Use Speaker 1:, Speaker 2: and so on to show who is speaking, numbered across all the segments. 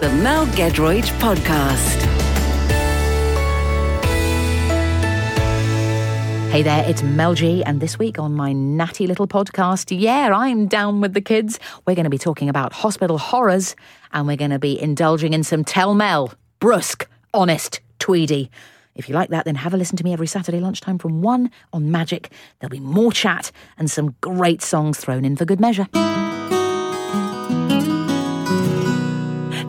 Speaker 1: The Mel Gedroyd Podcast.
Speaker 2: Hey there, it's Mel G, and this week on my natty little podcast, yeah, I'm down with the kids. We're going to be talking about hospital horrors, and we're going to be indulging in some tell Mel, brusque, honest, tweedy. If you like that, then have a listen to me every Saturday lunchtime from 1 on Magic. There'll be more chat and some great songs thrown in for good measure.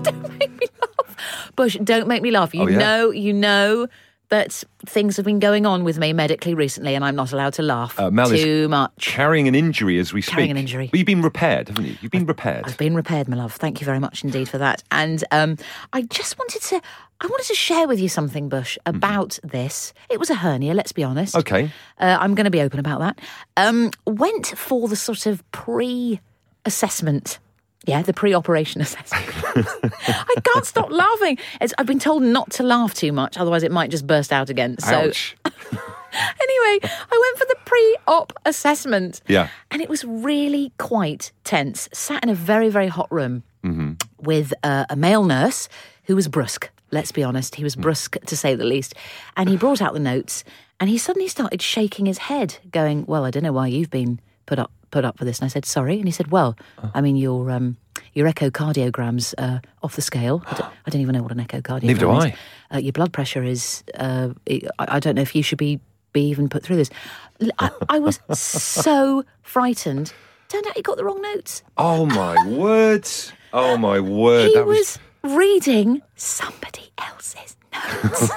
Speaker 2: Don't make me laugh. Bush, don't make me laugh. You
Speaker 3: Oh, yeah?
Speaker 2: know, you know that things have been going on with me medically recently, and I'm not allowed to laugh
Speaker 3: Uh, Mel is-
Speaker 2: too much.
Speaker 3: carrying an injury as we speak.
Speaker 2: Carrying an injury.
Speaker 3: But you've been repaired, haven't you? You've been repaired.
Speaker 2: I've been repaired, my love. Thank you very much indeed for that. And um, I just wanted to, I wanted to share with you something, Bush, about this. It was a hernia. Let's be honest.
Speaker 3: Mm-hmm. Okay.
Speaker 2: Uh, I'm going to be open about that. Um, went for the sort of pre-assessment. Yeah, the pre-operation assessment. I can't stop laughing. It's, I've been told not to laugh too much, otherwise it might just burst out again. So
Speaker 3: Ouch.
Speaker 2: anyway, I went for the pre-op assessment.
Speaker 3: Yeah.
Speaker 2: And it was really quite tense. Sat in a very, very hot room with uh, a male nurse who was brusque. Let's be honest, he was
Speaker 3: Hmm.
Speaker 2: brusque to say the least. And he brought out the notes and he suddenly started shaking his head, going, "Well, I don't know why you've been put up put up for this." And I said, "Sorry." And he said, "Well,
Speaker 3: Uh.
Speaker 2: I mean your um, your echocardiogram's uh, off the scale. I don't, I don't even know what an echocardiogram
Speaker 3: Neither do
Speaker 2: is.
Speaker 3: I.
Speaker 2: Uh, your blood pressure is. Uh, I I don't know if you should be be even put through this." L- I, I was so frightened. Turned out he got the wrong notes
Speaker 3: Oh my words. Oh my word.
Speaker 2: he
Speaker 3: that
Speaker 2: was, reading somebody else's notes.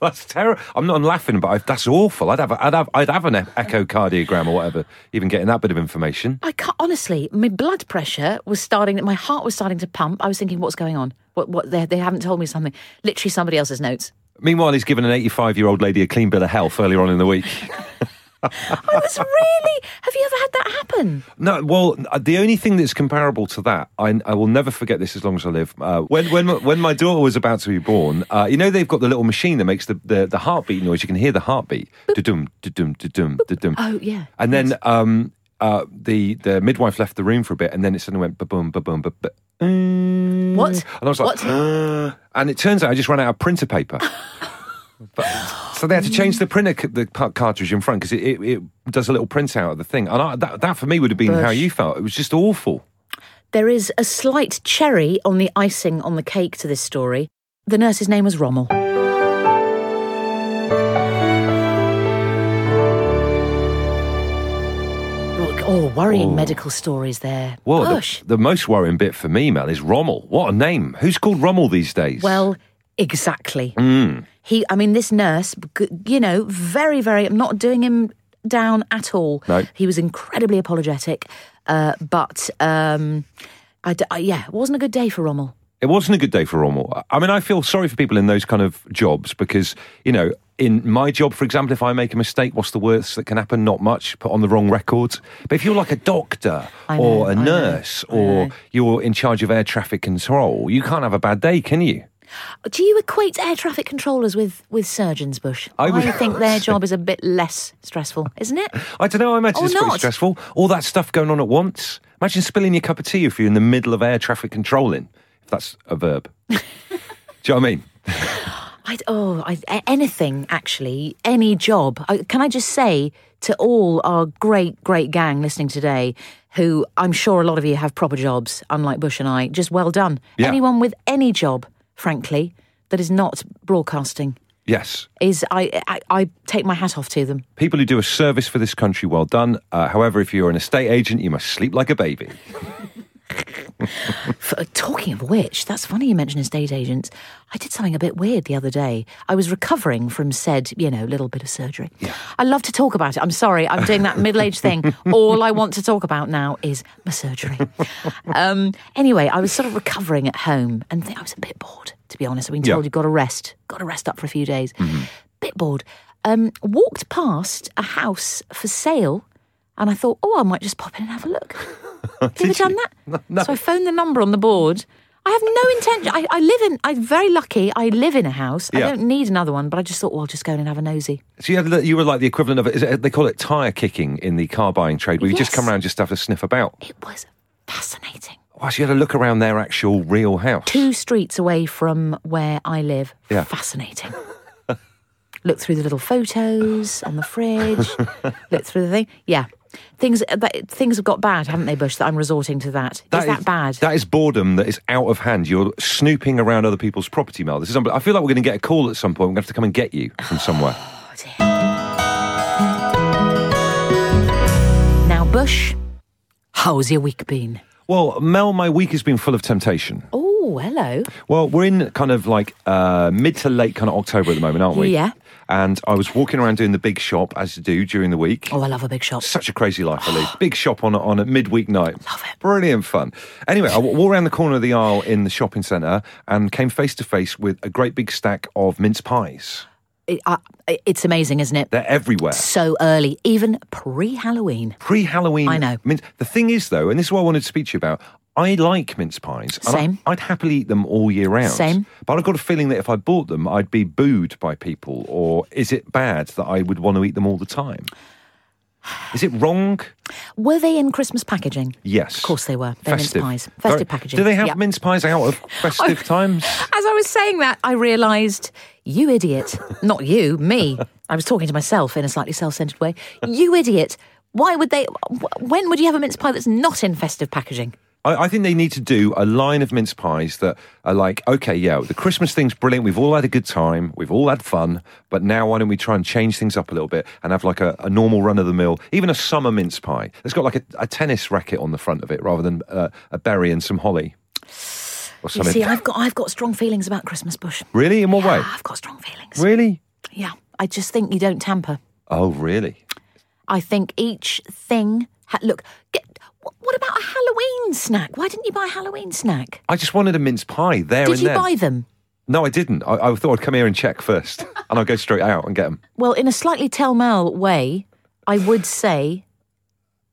Speaker 3: that's terrible. I'm not laughing, but I, that's awful. I'd have, a- I'd have, I'd have an e- echocardiogram or whatever. Even getting that bit of information.
Speaker 2: I can't, honestly, my blood pressure was starting, my heart was starting to pump. I was thinking, what's going on? What, what, they, they haven't told me something. Literally somebody else's notes.
Speaker 3: Meanwhile, he's given an 85 year old lady a clean bill of health earlier on in the week.
Speaker 2: I was really, have you ever had that happen?
Speaker 3: No, well, uh, the only thing that's comparable to that, I, I will never forget this as long as I live. Uh, when when when my daughter was about to be born, uh, you know they've got the little machine that makes the, the, the heartbeat noise. You can hear the heartbeat, dum dum dum dum.
Speaker 2: Oh, yeah.
Speaker 3: And then um, uh, the the midwife left the room for a bit, and then it suddenly went ba boom ba boom ba. ba- mm.
Speaker 2: What?
Speaker 3: And I was like,
Speaker 2: what?
Speaker 3: "Uh," and it turns out I just ran out of printer paper. But- so they had to change the printer c- the car- cartridge in front because it, it, it does a little printout of the thing. And I, that, that for me would have been how
Speaker 2: Bush.
Speaker 3: you felt. It was just awful.
Speaker 2: There is a slight cherry on the icing on the cake to this story. The nurse's name was Rommel. Look, Oh, worrying medical stories there.
Speaker 3: Well,
Speaker 2: Bush.
Speaker 3: the, the most worrying bit for me, Mel, is Rommel. What a name. Who's called Rommel these days?
Speaker 2: Well, exactly.
Speaker 3: Hmm.
Speaker 2: He, I mean, this nurse, g- you know, very, very. I'm not doing him down at all.
Speaker 3: No.
Speaker 2: He was incredibly apologetic, uh, but um, I, d- I- yeah, it wasn't a good day for Rommel.
Speaker 3: it wasn't a good day for Rommel. I mean, I feel sorry for people in those kind of jobs because, you know, in my job, for example, if I make a mistake, what's the worst that can happen? Not much. Put on the wrong records. But if you're like a doctor
Speaker 2: I know,
Speaker 3: or
Speaker 2: I
Speaker 3: a
Speaker 2: know,
Speaker 3: nurse
Speaker 2: I
Speaker 3: or
Speaker 2: know.
Speaker 3: you're in charge of air traffic control, you can't have a bad day, can you?
Speaker 2: Do you equate air traffic controllers with, with surgeons, Bush?
Speaker 3: I would-
Speaker 2: think their job is a bit less stressful, isn't it?
Speaker 3: I don't know. I imagine
Speaker 2: Or
Speaker 3: it's pretty
Speaker 2: Oh, not.
Speaker 3: stressful. All that stuff going on at once. Imagine spilling your cup of tea if you're in the middle of air traffic controlling, if that's a verb. Do you know what I mean?
Speaker 2: I, oh, I, a- anything actually, any job. I, can I just say to all our great, great gang listening today, who I'm sure a lot of you have proper jobs, unlike Bush and I, just well done.
Speaker 3: Yeah.
Speaker 2: Anyone with any job, frankly, that is not broadcasting,
Speaker 3: Yes.
Speaker 2: is I, I, I take my hat off to them.
Speaker 3: People who do a service for this country, well done. Uh, however, if you're an estate agent, you must sleep like a baby.
Speaker 2: For, talking of which, that's funny you mention estate agents. I did something a bit weird the other day. I was recovering from said, you know, little bit of surgery. I love to talk about it. I'm sorry, I'm doing that middle aged thing. All I want to talk about now is my surgery. Um, anyway, I was sort of recovering at home and th- I was a bit bored, to be honest. I've been
Speaker 3: Yeah.
Speaker 2: told you've got to rest, got to rest up for a few days. Bit bored. Um, walked past a house for sale and I thought, oh, I might just pop in and have a look. Have you ever done that? So I phoned the number on the board. I have no intention. I, I live in. I'm very lucky. I live in a house. I
Speaker 3: Yeah.
Speaker 2: don't need another one. But I just thought, well, I'll just go in and have a nosy.
Speaker 3: So you, had, you were like the equivalent of, is it, they call it tyre kicking in the car buying trade, where you just
Speaker 2: Yes.
Speaker 3: come around just to have a sniff about.
Speaker 2: It was fascinating.
Speaker 3: Wow, so you had a look around their actual real house.
Speaker 2: two streets away from where I live.
Speaker 3: Yeah.
Speaker 2: Fascinating. Look through the little photos on the fridge. look through the thing. Yeah. Things but things have got bad, haven't they, Bush? That I'm resorting to that. Is that bad?
Speaker 3: That is boredom that is out of hand. You're snooping around other people's property, Mel. This is. unbel- I feel like we're going to get a call at some point. We're going to have to come and get you from somewhere.
Speaker 2: now, Bush, how's your week been?
Speaker 3: Well, Mel, my week has been full of temptation.
Speaker 2: Oh, hello.
Speaker 3: Well, we're in kind of like uh, mid to late kind of October at the moment, aren't we?
Speaker 2: Yeah.
Speaker 3: And I was walking around doing the big shop as you do during the week.
Speaker 2: Oh, I love a big shop.
Speaker 3: Such a crazy life I lead. Big shop on a, on a midweek night.
Speaker 2: Love it.
Speaker 3: Brilliant fun. Anyway, I w- walked around the corner of the aisle in the shopping centre and came face to face with a great big stack of mince pies.
Speaker 2: It- I- it's amazing, isn't it?
Speaker 3: They're everywhere.
Speaker 2: So early, even pre-Halloween.
Speaker 3: Pre Halloween.
Speaker 2: I know.
Speaker 3: Mince. The thing is, though, and this is what I wanted to speak to you about. I like mince pies. and I-
Speaker 2: Same.
Speaker 3: I'd happily eat them all year round.
Speaker 2: Same.
Speaker 3: But I've got a feeling that if I bought them, I'd be booed by people. Or is it bad that I would want to eat them all the time? Is it wrong?
Speaker 2: Were they in Christmas packaging?
Speaker 3: Yes. Of
Speaker 2: course they were. They're mince
Speaker 3: festive.
Speaker 2: pies. Festive
Speaker 3: Very-
Speaker 2: packaging. Oh,
Speaker 3: Do they have
Speaker 2: Yep.
Speaker 3: mince pies out of festive times?
Speaker 2: As I was saying that, I realised, you idiot. Not you, me. I was talking to myself in a slightly self centered way. You idiot. Why would they? wh- When would you have a mince pie that's not in festive packaging?
Speaker 3: I, I think they need to do a line of mince pies that are like, okay, yeah, the Christmas thing's brilliant. We've all had a good time. We've all had fun. But now why don't we try and change things up a little bit and have like a, a normal run of the mill, even a summer mince pie that's got like a, a tennis racket on the front of it rather than uh, a berry and some holly or
Speaker 2: You
Speaker 3: something.
Speaker 2: see, I've got I've got strong feelings about Christmas bush. Ah,
Speaker 3: really? In what way?
Speaker 2: I've got strong feelings.
Speaker 3: Really?
Speaker 2: Yeah, I just think you don't tamper.
Speaker 3: Oh, really?
Speaker 2: I think each thing. Ha- look, get, wh- what about a Halloween snack? Why didn't you buy a Halloween snack?
Speaker 3: I just wanted a mince pie there
Speaker 2: Did
Speaker 3: and
Speaker 2: you
Speaker 3: then.
Speaker 2: buy them?
Speaker 3: no, I didn't. I, I thought I'd come here and check first and I'll go straight out and get them.
Speaker 2: Well, in a slightly tell-mal way, I would say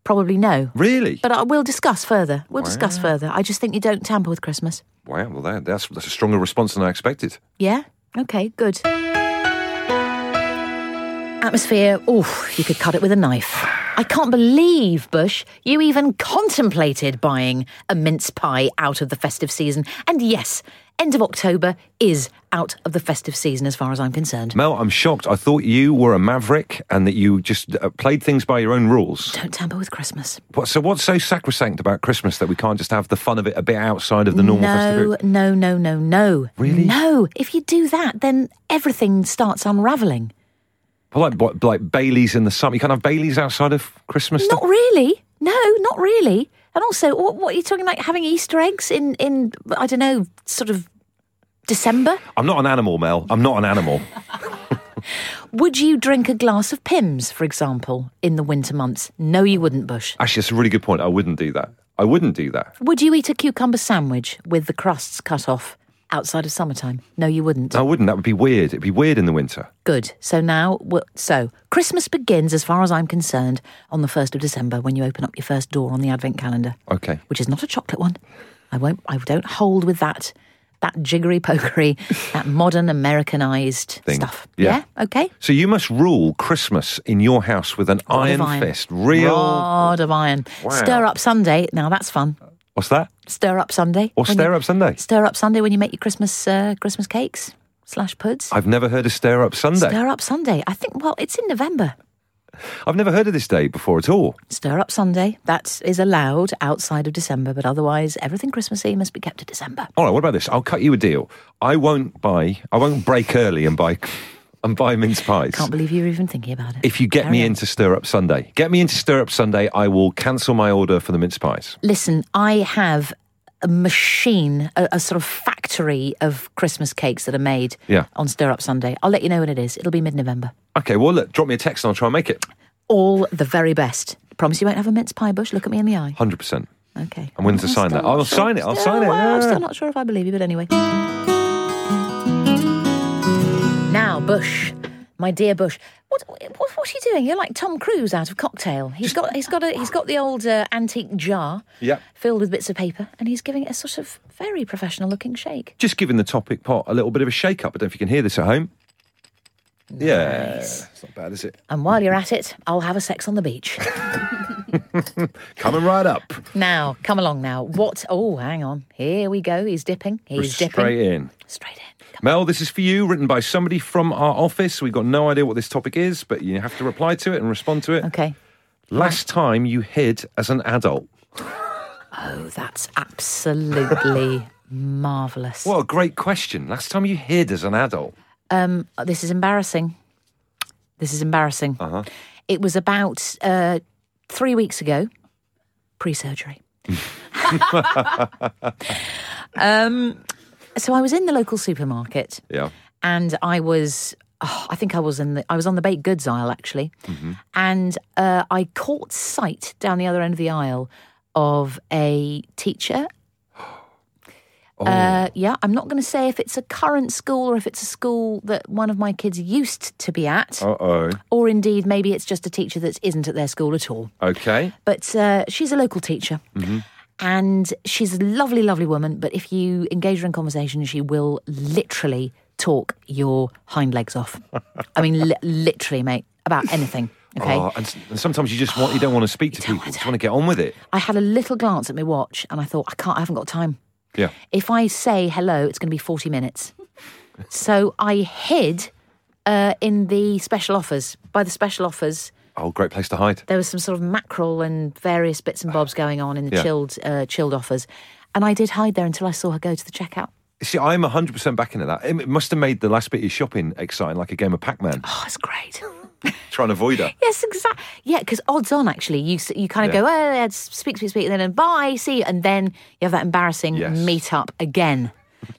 Speaker 2: probably no.
Speaker 3: Really?
Speaker 2: But I, we'll discuss further. We'll discuss further. I just think you don't tamper with Christmas.
Speaker 3: Wow, well, that, that's, that's a stronger response than I expected.
Speaker 2: Yeah? Okay, good. Atmosphere, oof, you could cut it with a knife. I can't believe, Bush, you even contemplated buying a mince pie out of the festive season. And yes, end of October is out of the festive season as far as I'm concerned.
Speaker 3: Mel, I'm shocked. I thought you were a maverick and that you just uh, played things by your own rules.
Speaker 2: Don't tamper with Christmas.
Speaker 3: What, so, what's so sacrosanct about Christmas that we can't just have the fun of it a bit outside of the normal
Speaker 2: No,
Speaker 3: festival?
Speaker 2: no, no, no, no.
Speaker 3: Really?
Speaker 2: No. If you do that, then everything starts unravelling.
Speaker 3: Like, what, like Baileys in the summer. You can't have Baileys outside of Christmas?
Speaker 2: Not really. No, not really. And also, what, what are you talking about? Having Easter eggs in, in I don't know, sort of December?
Speaker 3: I'm not an animal, Mel. I'm not an animal.
Speaker 2: Would you drink a glass of Pims, for example, in the winter months? No, you wouldn't, Bush.
Speaker 3: Actually, that's a really good point. I wouldn't do that. I wouldn't do that.
Speaker 2: Would you eat a cucumber sandwich with the crusts cut off outside of summertime? No, you wouldn't.
Speaker 3: I wouldn't. That would be weird. It'd be weird in the winter.
Speaker 2: Good. So now, w- so Christmas begins, as far as I'm concerned, on the 1st of December when you open up your first door on the advent calendar.
Speaker 3: Okay.
Speaker 2: which is not a chocolate one. I won't. I don't hold with that. That jiggery pokery, that modern Americanized
Speaker 3: Thing.
Speaker 2: stuff.
Speaker 3: Yeah.
Speaker 2: Okay.
Speaker 3: So, you must rule Christmas in your house with an
Speaker 2: Rod
Speaker 3: iron,
Speaker 2: of iron.
Speaker 3: fist. Real.
Speaker 2: Rod of iron.
Speaker 3: Wow.
Speaker 2: Stir up Sunday. Now that's fun.
Speaker 3: What's that?
Speaker 2: Stir up Sunday.
Speaker 3: Or
Speaker 2: when
Speaker 3: Stare
Speaker 2: you-
Speaker 3: Up Sunday?
Speaker 2: Stir up Sunday when you make your Christmas uh, Christmas cakes slash puds.
Speaker 3: I've never heard of Stare Up Sunday.
Speaker 2: Stir up Sunday. I think. Well, it's in November.
Speaker 3: I've never heard of this day before at all.
Speaker 2: Stir up Sunday. That is allowed outside of December, but otherwise everything Christmassy must be kept to December.
Speaker 3: All right, what about this? I'll cut you a deal. I won't buy. I won't break early and buy and buy mince pies.
Speaker 2: Can't believe you're even thinking about it.
Speaker 3: if you get
Speaker 2: Carry
Speaker 3: me
Speaker 2: on.
Speaker 3: into Stir Up Sunday, get me into Stir Up Sunday. I will cancel my order for the mince pies.
Speaker 2: Listen, I have a machine, a, a sort of factory of Christmas cakes that are made
Speaker 3: Yeah.
Speaker 2: on Stir Up Sunday. I'll let you know when it is. It'll be mid November.
Speaker 3: Okay, well look, drop me a text and I'll try and make it.
Speaker 2: All the very best. Promise you won't have a mince pie bush. Look at me in the eye.
Speaker 3: Hundred percent.
Speaker 2: Okay.
Speaker 3: And when's the
Speaker 2: I'm
Speaker 3: sign
Speaker 2: still
Speaker 3: that?
Speaker 2: not
Speaker 3: I'll sign it, I'll
Speaker 2: Still-
Speaker 3: sign it,
Speaker 2: well, I'm
Speaker 3: yeah.
Speaker 2: still not sure if I believe you, but anyway. Now, Bush, my dear Bush, what, what what are you doing? You're like Tom Cruise out of Cocktail. He's got he's got a he's got the old uh, antique jar
Speaker 3: Yeah.
Speaker 2: filled with bits of paper, and he's giving it a sort of very professional looking shake.
Speaker 3: Just giving the topic pot a little bit of a shake up. I don't know if you can hear this at home. Yeah. It's not bad, is it?
Speaker 2: And while you're at it, I'll have a sex on the beach.
Speaker 3: Coming right up.
Speaker 2: now, come along now. What? Oh, hang on. Here we go. He's dipping.
Speaker 3: We're
Speaker 2: He's dipping.
Speaker 3: straight in.
Speaker 2: Straight in. Come
Speaker 3: Mel, this is for you, written by somebody from our office. We've got no idea what this topic is, but you have to reply to it and respond to it.
Speaker 2: on. Okay.
Speaker 3: Last time you hid as an adult.
Speaker 2: Oh, that's absolutely marvellous.
Speaker 3: What a great question. Last time you hid as an adult.
Speaker 2: Um, this is embarrassing. This is embarrassing.
Speaker 3: Uh-huh.
Speaker 2: It was about uh, three weeks ago, pre surgery. um, so I was in the local supermarket
Speaker 3: Yeah.
Speaker 2: and I was. oh, I think I was in the I was on the baked goods aisle actually, and uh, I caught sight down the other end of the aisle of a teacher. Uh, yeah, I'm not going to say if it's a current school or if it's a school that one of my kids used to be at,
Speaker 3: Uh oh.
Speaker 2: or indeed maybe it's just a teacher that isn't at their school at all
Speaker 3: Okay.
Speaker 2: but uh, she's a local teacher. And she's a lovely, lovely woman. But if you engage her in conversation, she will literally talk your hind legs off. I mean, li- literally, mate, about anything. Okay.
Speaker 3: Oh, and, s- and sometimes you just want you don't want to speak to people. You just want to get on with it.
Speaker 2: I had a little glance at my watch and I thought, I can't, I haven't got time.
Speaker 3: Yeah.
Speaker 2: If I say hello, it's going to be 40 minutes. so I hid uh, in the special offers. By the special offers,
Speaker 3: Oh, great place to hide.
Speaker 2: there was some sort of mackerel and various bits and bobs going on in the
Speaker 3: Yeah.
Speaker 2: chilled uh, chilled offers, and I did hide there until I saw her go to the checkout.
Speaker 3: See, I'm 100% back into that. It it must have made the last bit of your shopping exciting, like a game of Pac Man,
Speaker 2: Oh, that's great.
Speaker 3: trying to avoid her.
Speaker 2: yes, exactly. Yeah, because odds on, actually, you s- you kind of
Speaker 3: Yeah.
Speaker 2: go, oh, yeah, speak, speak, speak, and then bye, see, you," and then you have that embarrassing
Speaker 3: Yes.
Speaker 2: meet up again.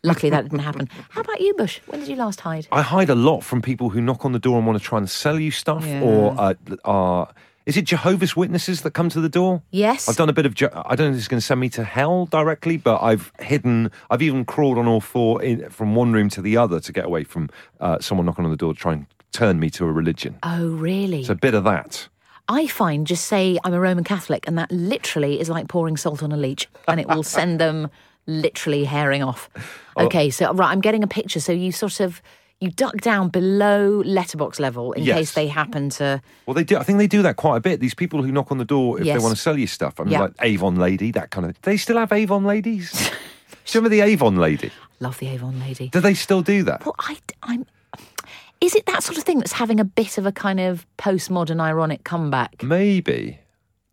Speaker 2: Luckily, that didn't happen. How about you, Bush? When did you last hide?
Speaker 3: I hide a lot from people who knock on the door and want to try and sell you stuff, or uh, are is it Jehovah's Witnesses that come to the door?
Speaker 2: Yes.
Speaker 3: I've done a bit of. Je- I don't know if it's going to send me to hell directly, but I've hidden. I've even crawled on all four in, from one room to the other to get away from uh, someone knocking on the door to try and turn me to a religion.
Speaker 2: Oh, really?
Speaker 3: It's a bit of that.
Speaker 2: I find just say I'm a Roman Catholic, and that literally is like pouring salt on a leech, and it will send them literally herring off.
Speaker 3: Oh.
Speaker 2: Okay, so right, I'm getting a picture. So you sort of you duck down below letterbox level in
Speaker 3: Yes.
Speaker 2: case they happen to.
Speaker 3: Well, they do. I think they do that quite a bit. These people who knock on the door if
Speaker 2: Yes.
Speaker 3: they want to sell you stuff. I mean,
Speaker 2: Yeah.
Speaker 3: like Avon lady, that kind of. They still have Avon ladies. do you remember the Avon lady?
Speaker 2: Love the Avon lady.
Speaker 3: Do they still do that?
Speaker 2: Well, I, am Is it that sort of thing that's having a bit of a kind of postmodern ironic comeback?
Speaker 3: Maybe.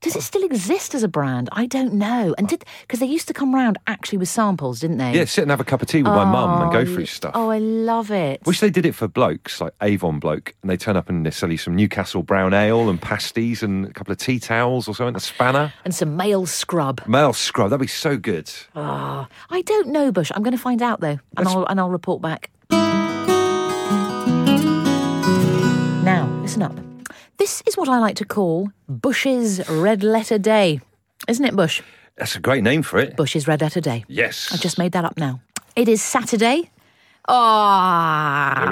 Speaker 2: Does it still exist as a brand? I don't know. And did because they used to come round actually with samples, didn't they?
Speaker 3: Yeah, sit and have a cup of tea with my mum and go through stuff.
Speaker 2: Oh, I love it.
Speaker 3: Wish they did it for blokes, like Avon bloke, and they turn up and they sell you some Newcastle brown ale and pasties and a couple of tea towels or something, a spanner.
Speaker 2: and some male scrub.
Speaker 3: Male scrub, that'd be so good.
Speaker 2: Ah, I don't know, Bush. I'm going to find out though, and I'll and I'll report back. Now, listen up. This is what I like to call Bush's Red Letter Day, isn't it, Bush?
Speaker 3: That's a great name for it.
Speaker 2: Bush's Red Letter Day.
Speaker 3: Yes.
Speaker 2: I just made that up now. It is Saturday. Ah,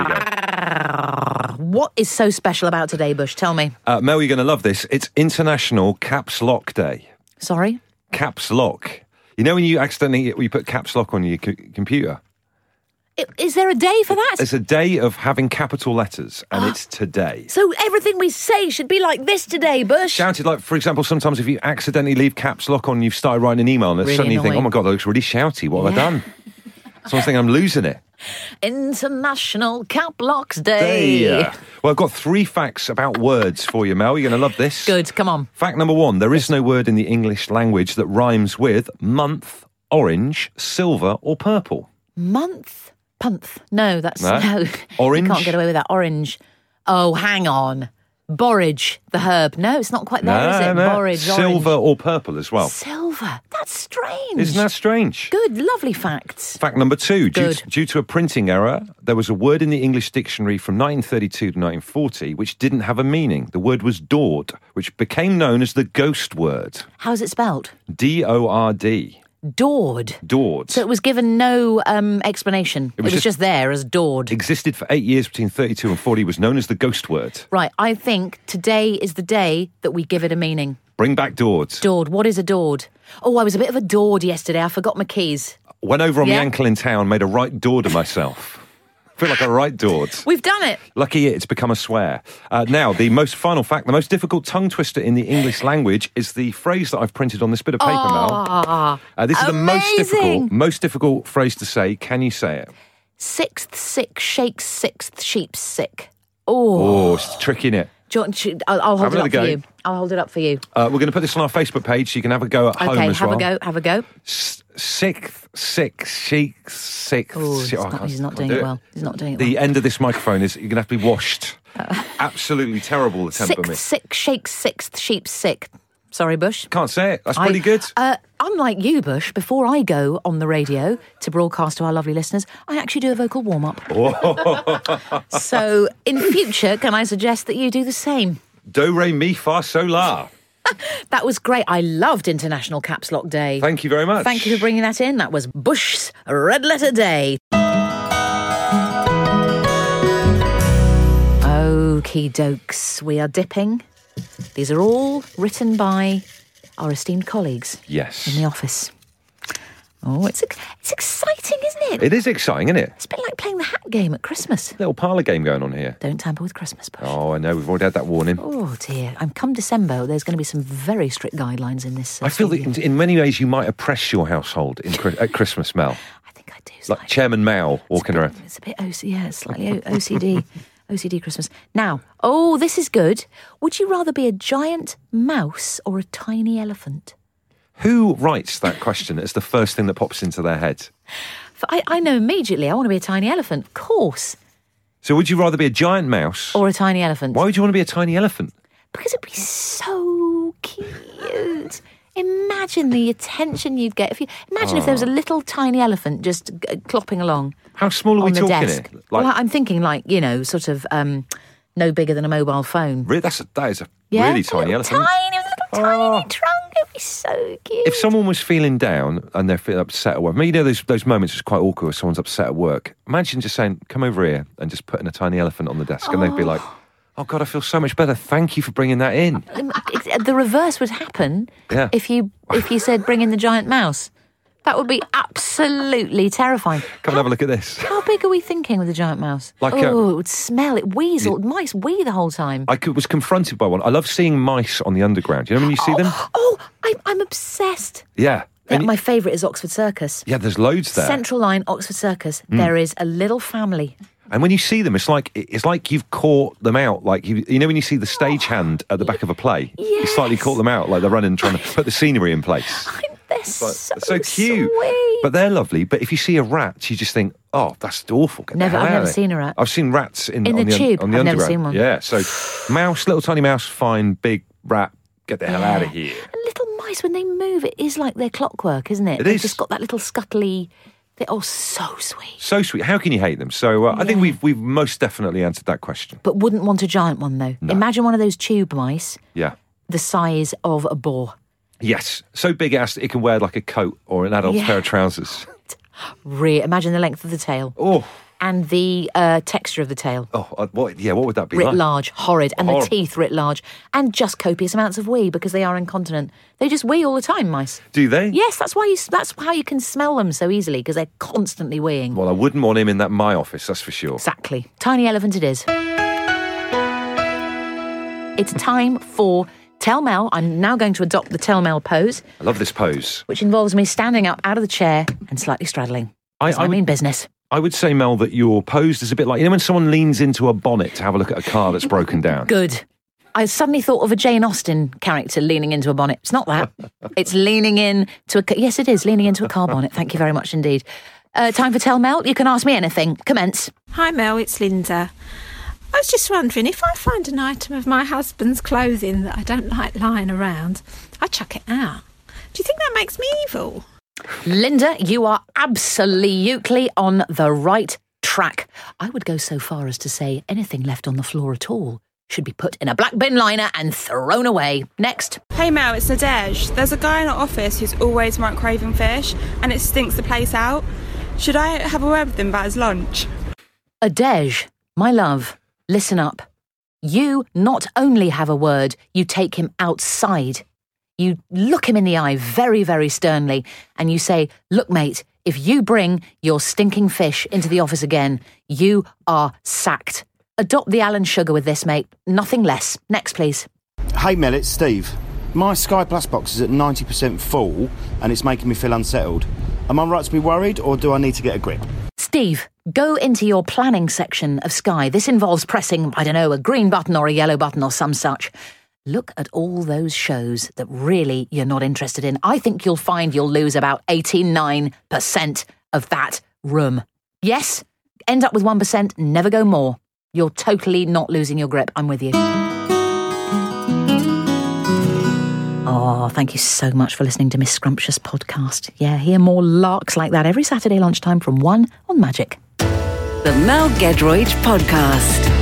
Speaker 3: There we go.
Speaker 2: what is so special about today, Bush? Tell me.
Speaker 3: Uh, Mel, you're going to love this. It's International Caps Lock Day.
Speaker 2: Sorry.
Speaker 3: Caps Lock. You know when you accidentally you put caps lock on your c- computer?
Speaker 2: I- Is there a day for that?
Speaker 3: It's a day of having capital letters, and it's today.
Speaker 2: so everything we say should be like this today, Bush.
Speaker 3: shouted like for example sometimes if you accidentally leave caps lock on you've started writing an email and
Speaker 2: Really
Speaker 3: suddenly you think oh
Speaker 2: annoying.
Speaker 3: my god that looks really shouty what have
Speaker 2: Yeah.
Speaker 3: i done someone's thinking i'm losing it
Speaker 2: International Cap Locks Day.
Speaker 3: Yeah. well i've got three facts about words for you mel you're going to love this
Speaker 2: Good, come on.
Speaker 3: fact number one there is no word in the english language that rhymes with month orange silver or purple
Speaker 2: Month, punth. No, that's
Speaker 3: No.
Speaker 2: no.
Speaker 3: Orange?
Speaker 2: You can't get away with that. Orange. Oh, hang on. Borage, the herb. No, it's not quite there, is it? Borage,
Speaker 3: silver
Speaker 2: orange.
Speaker 3: or purple as well
Speaker 2: Silver. That's strange.
Speaker 3: isn't that strange
Speaker 2: Good, lovely facts.
Speaker 3: Fact number two due
Speaker 2: Good.
Speaker 3: to, due to a printing error, there was a word in the English dictionary from 1932 to 1940 which didn't have a meaning. The word was dord, which became known as the ghost word.
Speaker 2: How's it spelled?
Speaker 3: D O R D.
Speaker 2: Dord.
Speaker 3: Dord.
Speaker 2: So it was given no um, explanation. It was,
Speaker 3: just-
Speaker 2: just, there as Dord.
Speaker 3: Existed for eight years between 32 and 40, was known as the ghost word.
Speaker 2: right, I think today is the day that we give it a meaning.
Speaker 3: Bring back dord.
Speaker 2: Dord. What is a Dord? Oh, I was a bit of a Dord yesterday. I forgot my keys.
Speaker 3: Went over on my
Speaker 2: Yeah.
Speaker 3: ankle in town, made a right dord of myself. feel like a right Dort.
Speaker 2: We've done it.
Speaker 3: Lucky it's become a swear. Uh, now, the most final fact, the most difficult tongue twister in the English language is the phrase that I've printed on this bit of paper, Mel. Uh, this is the most difficult,
Speaker 2: amazing.
Speaker 3: most difficult phrase to say. Can you say it?
Speaker 2: Sixth sick, shakes sixth, sheep sick. Oh,
Speaker 3: Oh, it's tricky, innit?
Speaker 2: Do you want to- I'll, I'll hold
Speaker 3: Have
Speaker 2: it
Speaker 3: another
Speaker 2: up for
Speaker 3: go.
Speaker 2: you. I'll hold it up for you.
Speaker 3: Uh, we're going to put this on our Facebook page so you can have a go at home
Speaker 2: Okay,
Speaker 3: as
Speaker 2: have
Speaker 3: well.
Speaker 2: a go. Have a go.
Speaker 3: S- sixth, sixth, sixth, sixth.
Speaker 2: Oh, he's
Speaker 3: si- I
Speaker 2: not,
Speaker 3: can't-
Speaker 2: he's not
Speaker 3: can't
Speaker 2: doing
Speaker 3: do
Speaker 2: it well. He's not doing it well.
Speaker 3: The end of this microphone is you're going to have to be washed. Absolutely terrible attempt by me.
Speaker 2: Sixth sick, shakes sixth, sheep sick. Sorry, Bush.
Speaker 3: Can't say it. That's
Speaker 2: I-
Speaker 3: pretty good.
Speaker 2: Uh, unlike you, Bush, before I go on the radio to broadcast to our lovely listeners, I actually do a vocal warm up.
Speaker 3: Oh.
Speaker 2: so, in future, can I suggest that you do the same?
Speaker 3: Do re mi fa sol la.
Speaker 2: That was great. I loved International Caps Lock Day.
Speaker 3: Thank you very much.
Speaker 2: Thank you for bringing that in. That was Bush's Red Letter Day. Okie dokes, we are dipping. These are all written by our esteemed colleagues in
Speaker 3: Yes.
Speaker 2: the office. Oh, it's ex- it's exciting, isn't it?
Speaker 3: It is exciting, isn't it?
Speaker 2: It's a bit like playing the hat game at Christmas.
Speaker 3: Little parlour game going on here.
Speaker 2: Don't tamper with Christmas, Bush.
Speaker 3: Oh, I know. We've already had that warning.
Speaker 2: Oh dear! I'm come December. There's going to be some very strict guidelines in this. uh,
Speaker 3: I feel that
Speaker 2: studio.
Speaker 3: in, in many ways you might oppress your household in, Chri- at Christmas, Mel.
Speaker 2: I think I do.
Speaker 3: Like
Speaker 2: slightly.
Speaker 3: Chairman Mao walking around.
Speaker 2: It's a bit OC, yeah, it's slightly o- OCD, OCD Christmas. Now, oh, this is good. Would you rather be a giant mouse or a tiny elephant?
Speaker 3: Who writes that question as the first thing that pops into their head?
Speaker 2: For I, I know immediately. I want to be a tiny elephant, of course,
Speaker 3: So, would you rather be a giant mouse?
Speaker 2: or a tiny elephant
Speaker 3: Why would you want to be a tiny elephant?
Speaker 2: because it'd be so cute. Imagine the attention you'd get if you imagine if there was a
Speaker 3: Oh.
Speaker 2: little tiny elephant just g- uh, clopping along
Speaker 3: How small are we
Speaker 2: on the
Speaker 3: talking
Speaker 2: desk.
Speaker 3: here?
Speaker 2: well,
Speaker 3: Like,
Speaker 2: I'm thinking like you know, sort of um, no bigger than a mobile phone.
Speaker 3: re- that's a, that is a
Speaker 2: Yeah,
Speaker 3: really
Speaker 2: it's a
Speaker 3: tiny
Speaker 2: little
Speaker 3: elephant.
Speaker 2: Tiny, with a little
Speaker 3: Oh.
Speaker 2: tiny trunk. It'd be so cute.
Speaker 3: If someone was feeling down and they're feeling upset at work, I mean, you know those those moments it's quite awkward if someone's upset at work. Imagine just saying, "Come over here," and just putting a tiny elephant on the desk, and they'd be like, "Oh God, I feel so much better. Thank you for bringing that in."
Speaker 2: Um, ex- the reverse would happen
Speaker 3: Yeah.
Speaker 2: if you if you said bring in the giant mouse. That would be absolutely terrifying.
Speaker 3: Come and have a look at this.
Speaker 2: How big are we thinking with a giant mouse?
Speaker 3: Like, uh,
Speaker 2: oh, it would smell. It weasel. Mice wee the whole time.
Speaker 3: I could, was confronted by one. I love seeing mice on the underground. You know when you see them?
Speaker 2: oh, I'm, I'm obsessed.
Speaker 3: Yeah.
Speaker 2: Yeah,
Speaker 3: And
Speaker 2: my favourite is Oxford Circus.
Speaker 3: yeah, there's loads there.
Speaker 2: Central Line, Oxford Circus.
Speaker 3: Mm.
Speaker 2: There is a little family.
Speaker 3: And when you see them, it's like it's like you've caught them out. Like you, you know when you see the stagehand at the back of a play, you slightly
Speaker 2: yes.
Speaker 3: caught them out. Like they're running, trying to put the scenery in place.
Speaker 2: They're
Speaker 3: But-
Speaker 2: so,
Speaker 3: so cute.
Speaker 2: sweet.
Speaker 3: But they're lovely. But if you see a rat, you just think, oh, that's awful. Get the
Speaker 2: Never-
Speaker 3: hell
Speaker 2: I've
Speaker 3: out of
Speaker 2: never
Speaker 3: there.
Speaker 2: seen a rat.
Speaker 3: I've seen rats in,
Speaker 2: In
Speaker 3: on
Speaker 2: the
Speaker 3: un-
Speaker 2: tube.
Speaker 3: on the
Speaker 2: I've never
Speaker 3: underground.
Speaker 2: seen one.
Speaker 3: Yeah. So mouse, little tiny mouse, fine. Big rat, get the hell out of here.
Speaker 2: And little mice, when they move, it is like their clockwork, isn't it?
Speaker 3: It
Speaker 2: They've
Speaker 3: is.
Speaker 2: just got that little scuttly. They're all so sweet.
Speaker 3: So sweet. How can you hate them? So uh, I think we've we've most definitely answered that question.
Speaker 2: But wouldn't want a giant one, though. Imagine one of those tube mice
Speaker 3: Yeah.
Speaker 2: the size of a boar.
Speaker 3: Yes. So big ass that it can wear like a coat or an adult
Speaker 2: Yeah.
Speaker 3: pair of trousers.
Speaker 2: Re- imagine the length of the tail
Speaker 3: Oh.
Speaker 2: and the uh, texture of the tail.
Speaker 3: Oh, uh, what? Yeah, what would that be
Speaker 2: Writ
Speaker 3: like?
Speaker 2: large, horrid, and
Speaker 3: Horrible.
Speaker 2: the teeth writ large, and just copious amounts of wee because they are incontinent. They just wee all the time, mice.
Speaker 3: Do they?
Speaker 2: Yes, that's why you. s- That's how you can smell them so easily because they're constantly weeing.
Speaker 3: Well, I wouldn't want him in that my office. That's for sure.
Speaker 2: Exactly. Tiny elephant it is. It's time for Tell Mel. I'm now going to adopt the Tell Mel pose,
Speaker 3: I love this pose.
Speaker 2: which involves me standing up out of the chair and slightly straddling.
Speaker 3: I,
Speaker 2: 'Cause I,
Speaker 3: I, would,
Speaker 2: mean business.
Speaker 3: I would say, Mel, that you're posed as a bit like you know when someone leans into a bonnet to have a look at a car that's broken down.
Speaker 2: Good. I suddenly thought of a Jane Austen character leaning into a bonnet. It's not that. It's leaning in to a. ca- Yes, it is leaning into a car bonnet. Thank you very much indeed. Uh, time for Tell Mel. You can ask me anything. Commence.
Speaker 4: Hi Mel, it's Linda. I was just wondering if I find an item of my husband's clothing that I don't like lying around, I chuck it out. Do you think that makes me evil?
Speaker 2: Linda, you are absolutely on the right track. I would go so far as to say anything left on the floor at all should be put in a black bin liner and thrown away. Next.
Speaker 5: Hey Mel, it's Nadej. There's a guy in our office who's always microwaving fish and it stinks the place out. Should I have a word with him about his lunch?
Speaker 2: Adej, my love, listen up. You not only have a word, you take him outside. You look him in the eye very, very sternly and you say, Look, mate, If you bring your stinking fish into the office again, you are sacked. Adopt the Alan Sugar with this, mate. Nothing less. Next, please.
Speaker 6: Hey Mel, it's Steve. My Sky Plus box is at 90% full and it's making me feel unsettled. Am I right to be worried or do I need to get a grip?
Speaker 2: Steve, go into your planning section of Sky. This involves pressing, I don't know, a green button or a yellow button or some such. Look at all those shows that really you're not interested in. I think you'll find you'll lose about 89% of that room. Yes, end up with 1%, never go more. You're totally not losing your grip. I'm with you. Oh, thank you so much for listening to Miss Scrumptious podcast. Yeah, hear more larks like that every Saturday lunchtime from 1 on Magic.
Speaker 1: The Mel Gedroid Podcast.